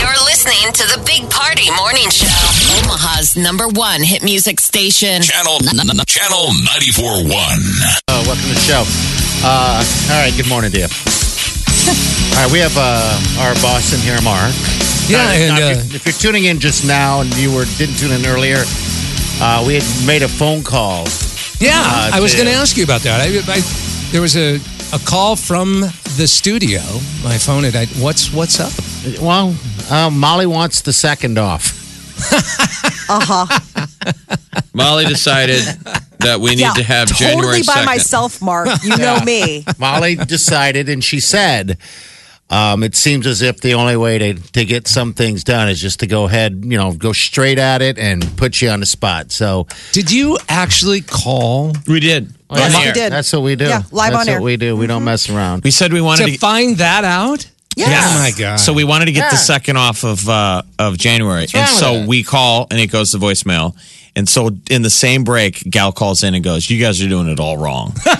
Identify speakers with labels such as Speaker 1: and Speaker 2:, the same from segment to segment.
Speaker 1: You're listening to the Big Party Morning Show, Omaha's number one hit music station.
Speaker 2: Channel Channel 941.
Speaker 3: Uh, welcome to the show. Uh, all right, good morning to you. all right, we have uh, our boss in here, Mark. Uh,
Speaker 4: Yeah, and,
Speaker 3: now, if,
Speaker 4: uh,
Speaker 3: you're, if you're tuning in just now and you were didn't tune in earlier, uh, we had made a phone call.
Speaker 4: Yeah,
Speaker 5: Ah,
Speaker 3: Uh,
Speaker 4: I was
Speaker 3: to-
Speaker 4: going to ask you about that. I, I, there was a, a call from the studio. My phone had. I, what's what's up?
Speaker 3: Well, uh, Molly wants the second off.
Speaker 5: Molly decided that we need
Speaker 6: Yeah,
Speaker 5: to have
Speaker 6: totally
Speaker 5: January 2nd.
Speaker 6: by myself, Mark. You know me.
Speaker 3: Molly decided, and she said, um, "It seems as if the only way to to get some things done is just to go ahead, you know, go straight at it and put you on the spot." So
Speaker 4: Did you actually call
Speaker 5: We did.
Speaker 6: Yes,
Speaker 5: On
Speaker 6: we
Speaker 5: air.
Speaker 6: did.
Speaker 3: that's what we do.
Speaker 6: Yeah, live
Speaker 3: that's
Speaker 6: on
Speaker 3: what
Speaker 6: air. Mm-hmm.
Speaker 3: we do. We don't mess around.
Speaker 5: We said we wanted to,
Speaker 4: to find that out?
Speaker 6: Yes.
Speaker 4: Oh my god!
Speaker 5: So we wanted to get the
Speaker 3: Yeah.
Speaker 5: second off of uh, of January, and
Speaker 3: wrong with
Speaker 5: so
Speaker 3: it?
Speaker 5: we call, and it goes to voicemail. And so in the same break, Gal calls in and goes, "You guys are doing it all wrong." She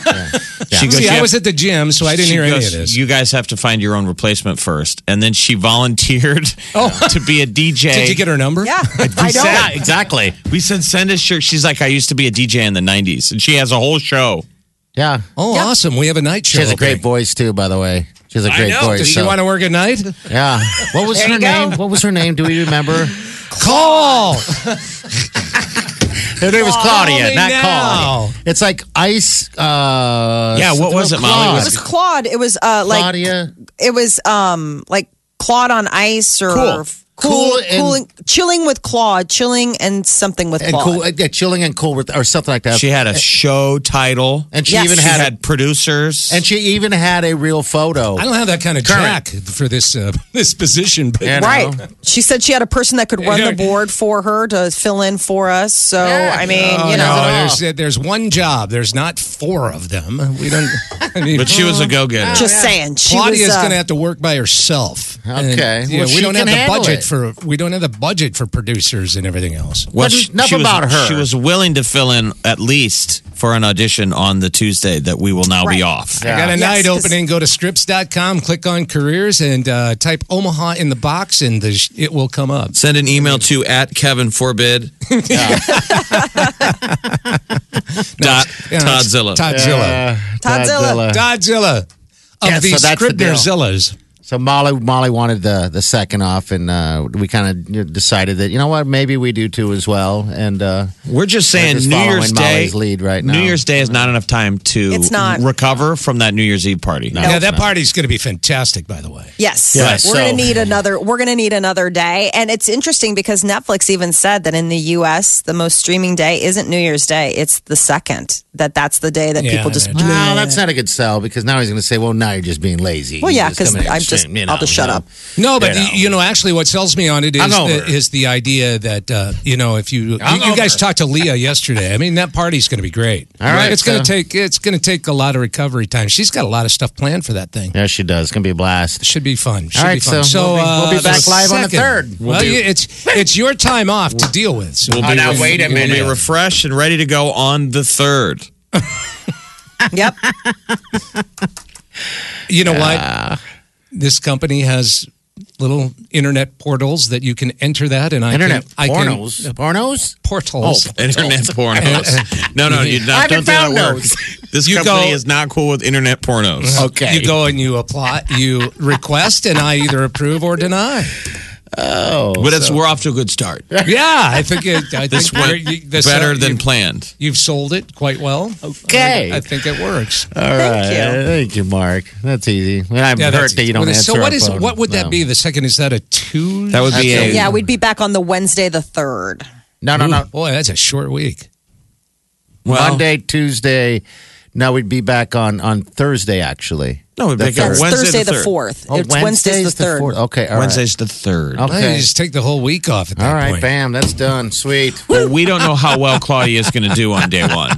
Speaker 5: goes,
Speaker 4: See,
Speaker 5: "You
Speaker 4: I
Speaker 5: have-
Speaker 4: was at the gym, so I didn't
Speaker 5: she
Speaker 4: hear any
Speaker 5: goes,
Speaker 4: of this.
Speaker 5: You guys have to find your own replacement first, and then she volunteered to be a DJ.
Speaker 4: Oh. Did you get her number?
Speaker 6: Yeah, I know.
Speaker 5: said-
Speaker 3: Yeah, exactly.
Speaker 5: We said send us your. She's like, I used to be a DJ in the '90s, and she has a whole show.
Speaker 3: Yeah,
Speaker 4: Oh, awesome! We have a night show.
Speaker 3: she has a great
Speaker 4: opening.
Speaker 3: voice too. By the way, she has a
Speaker 5: I
Speaker 3: great
Speaker 5: know.
Speaker 3: voice.
Speaker 4: Does she
Speaker 3: so-
Speaker 4: want to work at night?
Speaker 3: yeah. What was her name? What was her name? Do we remember?
Speaker 4: Call.
Speaker 3: Her name was Claudia,
Speaker 4: me
Speaker 3: not
Speaker 4: now.
Speaker 3: Claudia. It's like ice. Uh,
Speaker 5: Yeah, what
Speaker 3: something
Speaker 5: was
Speaker 3: with
Speaker 5: it, Molly?
Speaker 3: Claude.
Speaker 5: It
Speaker 6: It was Claude. It was uh, like
Speaker 3: Claudia.
Speaker 6: it was um like Claude on ice or
Speaker 3: Cool. Cool and-
Speaker 6: cooling, chilling with Claude, chilling and something with
Speaker 3: and
Speaker 6: Claude.
Speaker 3: cool, yeah, chilling and cool with, or something like that.
Speaker 5: She had a show title,
Speaker 3: and she
Speaker 6: Yes.
Speaker 3: even
Speaker 5: she
Speaker 3: had,
Speaker 5: had producers,
Speaker 3: a, and she even had a real photo.
Speaker 4: I don't have that kind of
Speaker 3: Current.
Speaker 4: track for this uh, this position, but
Speaker 3: And-
Speaker 6: Right.
Speaker 3: know.
Speaker 6: She said she had a person that could run the board for her to fill in for us. So
Speaker 3: Yeah.
Speaker 6: I mean,
Speaker 4: Oh,
Speaker 6: you know,
Speaker 4: no,
Speaker 3: know.
Speaker 4: there's uh, there's one job. There's not four of them. We don't. I mean,
Speaker 5: but she was a go-getter.
Speaker 6: just saying. She
Speaker 4: Claudia's
Speaker 6: was, uh,
Speaker 4: going to have to work by herself. And,
Speaker 3: Okay.
Speaker 4: you
Speaker 3: Well,
Speaker 4: know, we
Speaker 3: she
Speaker 4: don't have
Speaker 3: can
Speaker 4: the
Speaker 3: handle
Speaker 4: budget
Speaker 3: it.
Speaker 4: for we don't have the budget for producers and everything else.
Speaker 5: Well,
Speaker 3: But
Speaker 5: she-
Speaker 3: enough
Speaker 5: she was-
Speaker 3: about her.
Speaker 5: She was willing to fill in at least for an audition on the Tuesday that we will now be
Speaker 6: Right.
Speaker 5: off.
Speaker 4: I got a
Speaker 6: Yes,
Speaker 4: night
Speaker 6: 'cause-
Speaker 4: opening. Go to scripts.com, click on careers, and uh, type Omaha in the box, and the sh- it will come up.
Speaker 5: Send an email to at Kevin Forbid. dot
Speaker 4: Yeah, it's
Speaker 5: Toddzilla.
Speaker 4: Toddzilla.
Speaker 6: Toddzilla.
Speaker 4: Todzilla. Of
Speaker 3: Yeah, so
Speaker 4: the
Speaker 3: that's the deal.
Speaker 4: Scribnerzillas.
Speaker 3: So Molly, Molly wanted the the second off, and uh, we kind of decided that you know what, maybe we do too as well. And uh,
Speaker 5: We're just saying
Speaker 3: just
Speaker 5: New
Speaker 3: following
Speaker 5: Year's Day.
Speaker 3: Molly's lead right now.
Speaker 5: New Year's Day is not enough time to
Speaker 6: It's not.
Speaker 5: recover from that New Year's Eve party.
Speaker 4: yeah, that party's going to be fantastic, by the way.
Speaker 6: Yes.
Speaker 3: Yeah,
Speaker 6: We're
Speaker 3: so-
Speaker 6: gonna need another we're gonna need another day. And it's interesting because Netflix even said that in the US the most streaming day isn't New Year's Day, it's the second. That that's the day that
Speaker 4: Yeah,
Speaker 6: people just
Speaker 4: that's-
Speaker 3: No, that's not a good sell because now he's going to say, "Well, now you're just being lazy."
Speaker 6: Well,
Speaker 3: You're
Speaker 6: yeah, because
Speaker 3: coming in
Speaker 6: I'm
Speaker 3: and
Speaker 6: just
Speaker 3: saying, you
Speaker 6: I'll
Speaker 3: know,
Speaker 6: just shut
Speaker 3: you know.
Speaker 4: No,
Speaker 6: up.
Speaker 4: but
Speaker 3: You
Speaker 4: you
Speaker 3: know.
Speaker 4: know, actually, what sells me on it is the,
Speaker 3: Hungover.
Speaker 4: is the idea that uh, you know if you you, you guys
Speaker 3: Hungover.
Speaker 4: talked to Leah yesterday. I mean, that party's going to be great.
Speaker 3: All right,
Speaker 4: it's going to
Speaker 3: so-
Speaker 4: take it's going to take a lot of recovery time. She's got a lot of stuff planned for that thing.
Speaker 3: Yeah, she does. It's going to be a blast.
Speaker 4: Should be fun. Should
Speaker 3: All right,
Speaker 4: be fun.
Speaker 3: so we'll be- we'll be
Speaker 4: uh, the
Speaker 3: back live on the
Speaker 4: second-
Speaker 3: third. We'll
Speaker 4: well,
Speaker 3: do-
Speaker 4: you- it's it's your time off to deal with. So
Speaker 5: We'll
Speaker 3: Oh, now wait a
Speaker 5: we'll be
Speaker 3: minute.
Speaker 5: refreshed and ready to go on the third.
Speaker 6: Yep.
Speaker 4: you know what? This company has little internet portals that you can enter that, and I
Speaker 3: Internet
Speaker 4: can,
Speaker 3: pornos,
Speaker 4: I can,
Speaker 3: pornos.
Speaker 4: portals.
Speaker 5: Oh, Internet pornos. No, no, you
Speaker 3: I
Speaker 5: not,
Speaker 3: haven't
Speaker 5: don't do that
Speaker 3: found
Speaker 5: at work.
Speaker 3: those.
Speaker 5: This
Speaker 4: You
Speaker 5: company
Speaker 4: go-
Speaker 5: is not cool with internet pornos.
Speaker 3: Okay.
Speaker 4: You go and you apply, you request, and I either approve or deny.
Speaker 3: Oh,
Speaker 5: But it's we're off to a good start.
Speaker 4: Yeah, I think it, I
Speaker 5: This
Speaker 4: think
Speaker 5: went
Speaker 4: you're- you- this- uh,
Speaker 5: better than
Speaker 4: you-
Speaker 5: planned.
Speaker 4: You've sold it quite well.
Speaker 3: Okay.
Speaker 4: I think it works.
Speaker 3: All
Speaker 6: Thank
Speaker 3: right.
Speaker 6: you.
Speaker 3: Thank you, Mark. That's easy. And I'm hurt
Speaker 4: that's-
Speaker 3: that you don't
Speaker 4: what is-
Speaker 3: answer.
Speaker 4: So
Speaker 3: our
Speaker 4: what is
Speaker 3: phone.
Speaker 4: what would that
Speaker 3: No.
Speaker 4: be? The second is that a two?
Speaker 5: That would be a
Speaker 6: yeah, we'd be back on the Wednesday the third.
Speaker 3: No, no, no.
Speaker 4: Boy, that's a short week.
Speaker 5: well,
Speaker 3: Monday, Tuesday, Now we'd be back on on Thursday, actually.
Speaker 5: No, we'd
Speaker 3: The
Speaker 5: be back on
Speaker 3: third.
Speaker 6: That's
Speaker 5: Wednesday
Speaker 6: Thursday
Speaker 5: the
Speaker 6: the,
Speaker 5: third.
Speaker 6: 4th.
Speaker 3: Oh,
Speaker 6: it's Wednesday's the 3rd.
Speaker 3: fourth. Okay, all right.
Speaker 5: Wednesday's the third.
Speaker 3: Okay.
Speaker 4: Well, you just take the whole week off at that
Speaker 3: All right,
Speaker 4: point.
Speaker 3: bam, that's done. Sweet.
Speaker 5: Well, we don't know how well Claudia is going to do on day one.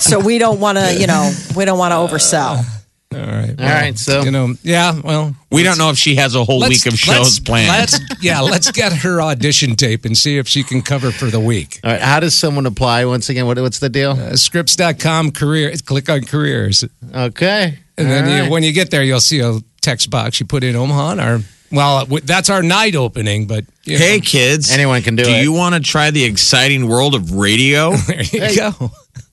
Speaker 6: So we don't want to, you know, we don't want to oversell.
Speaker 4: All right.
Speaker 3: All right, so
Speaker 4: You know, yeah, well,
Speaker 5: We don't know if she has a whole
Speaker 4: let's-
Speaker 5: week of shows
Speaker 4: let's-
Speaker 5: planned.
Speaker 4: Let's, yeah, let's get her audition tape and see if she can cover for the week.
Speaker 3: all right, how does someone apply once again? What, what's the deal?
Speaker 4: Uh, scripts.com career, click on careers.
Speaker 3: Okay.
Speaker 4: Uh, And then
Speaker 3: All
Speaker 4: you,
Speaker 3: right.
Speaker 4: when you get there, you'll see a text box you put in Omaha. And our, well, uh, w- that's our night opening, but you know,
Speaker 5: Hey, kids.
Speaker 3: Anyone can do
Speaker 5: Do
Speaker 3: it.
Speaker 5: you want to try the exciting world of radio?
Speaker 4: there you go.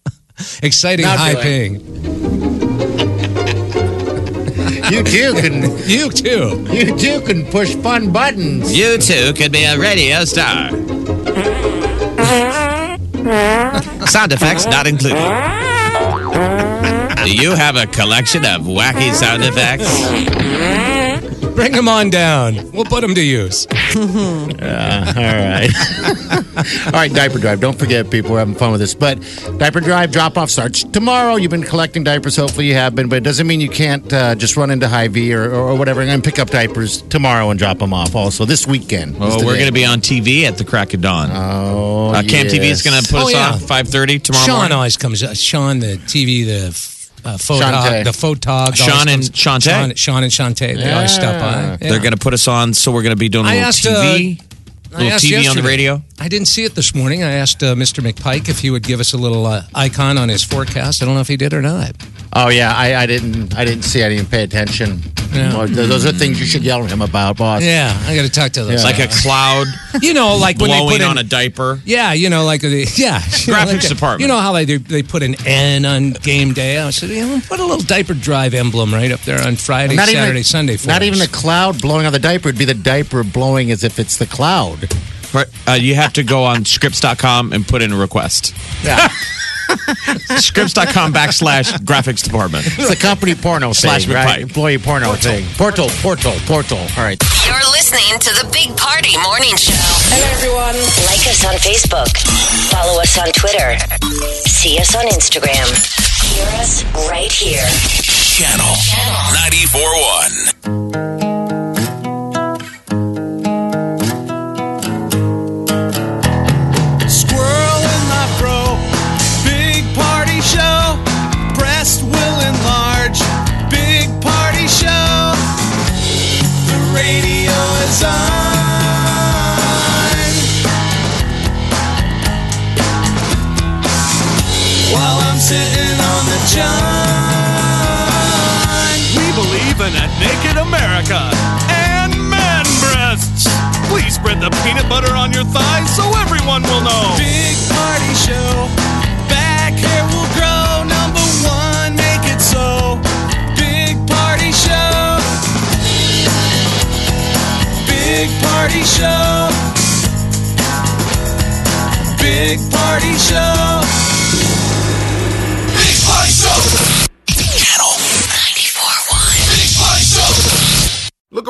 Speaker 4: Exciting,
Speaker 3: Not
Speaker 4: high
Speaker 3: really.
Speaker 4: paying.
Speaker 3: you too can
Speaker 4: You too.
Speaker 3: you too can push fun buttons.
Speaker 5: you too could be a radio star. Sound effects not included. Do you have a collection of wacky sound effects?
Speaker 4: Bring them on down. We'll put them to use.
Speaker 3: All right. All right, diaper drive. Don't forget, people, we're having fun with this. But diaper drive drop off starts tomorrow. You've been collecting diapers. Hopefully, you have been, but it doesn't mean you can't uh, just run into Hy-Vee or, or, whatever and pick up diapers tomorrow and drop them off. Also, this weekend.
Speaker 5: Oh, we're going to be on TV at the crack of dawn.
Speaker 3: Oh,
Speaker 5: uh, Cam TV is going to put
Speaker 4: Oh,
Speaker 5: us
Speaker 4: yeah.
Speaker 5: on 5.30 tomorrow
Speaker 4: Sean
Speaker 5: morning.
Speaker 4: always comes. Uh, Sean, the TV, the f- uh, photog,
Speaker 3: Shantae.
Speaker 4: the photog.
Speaker 5: Sean
Speaker 4: always
Speaker 5: and
Speaker 4: comes-
Speaker 5: Shantae.
Speaker 4: Sean, Sean and Shantae. They always stop by.
Speaker 5: They're going to put us on, so we're going to be doing a
Speaker 4: I
Speaker 5: little
Speaker 4: asked, uh,
Speaker 5: TV.
Speaker 4: to
Speaker 5: little TV on the radio.
Speaker 4: I didn't see it this morning. I asked uh, Mr. McPike if he would give us a little uh, icon on his forecast. I don't know if he did or not.
Speaker 3: Oh yeah, I, I didn't. I didn't see. I didn't pay attention.
Speaker 4: Yeah.
Speaker 3: Well, th- those are things you should yell at him about, boss.
Speaker 4: Yeah, I got to talk to those.
Speaker 5: Like a cloud
Speaker 4: you know, like when they
Speaker 5: blowing
Speaker 4: put in,
Speaker 5: on a diaper.
Speaker 4: Yeah, you know, like the yeah you know, like
Speaker 5: Graphics
Speaker 4: the-
Speaker 5: department.
Speaker 4: You know how they do, they put an N on game day. I said, you know, put a little diaper drive emblem right up there on Friday,
Speaker 3: Not
Speaker 4: Saturday,
Speaker 3: even a,
Speaker 4: Sunday. For
Speaker 3: Not
Speaker 4: us.
Speaker 3: even a cloud blowing on the diaper. It'd be the diaper blowing as if it's the cloud.
Speaker 5: Right. Uh, you have to go on scripts.com and put in a request.
Speaker 3: Yeah,
Speaker 5: Scripts.com backslash graphics department.
Speaker 3: it's the company porno
Speaker 5: Slash
Speaker 3: thing, right?
Speaker 5: McPike.
Speaker 3: Employee porno thing. Portal, portal, portal. All right.
Speaker 1: You're listening to the Big Party Morning Show.
Speaker 7: Hello, everyone. Like us on Facebook. Follow us on Twitter. See us on Instagram. Hear us right here.
Speaker 2: Channel 94.1.
Speaker 8: Squirrel in my fro. Big party show. Breast will enlarge. Big party show. The radio is on. While I'm sitting on the john. We believe in a naked America and man breasts. Please spread the peanut butter on your thighs so everyone will know. Big party show. Back hair will grow. Number one, make it so. Big party show. Big party show. Big party show. Big party show.
Speaker 2: Channel
Speaker 1: 941.
Speaker 2: Big Party Show.
Speaker 9: Look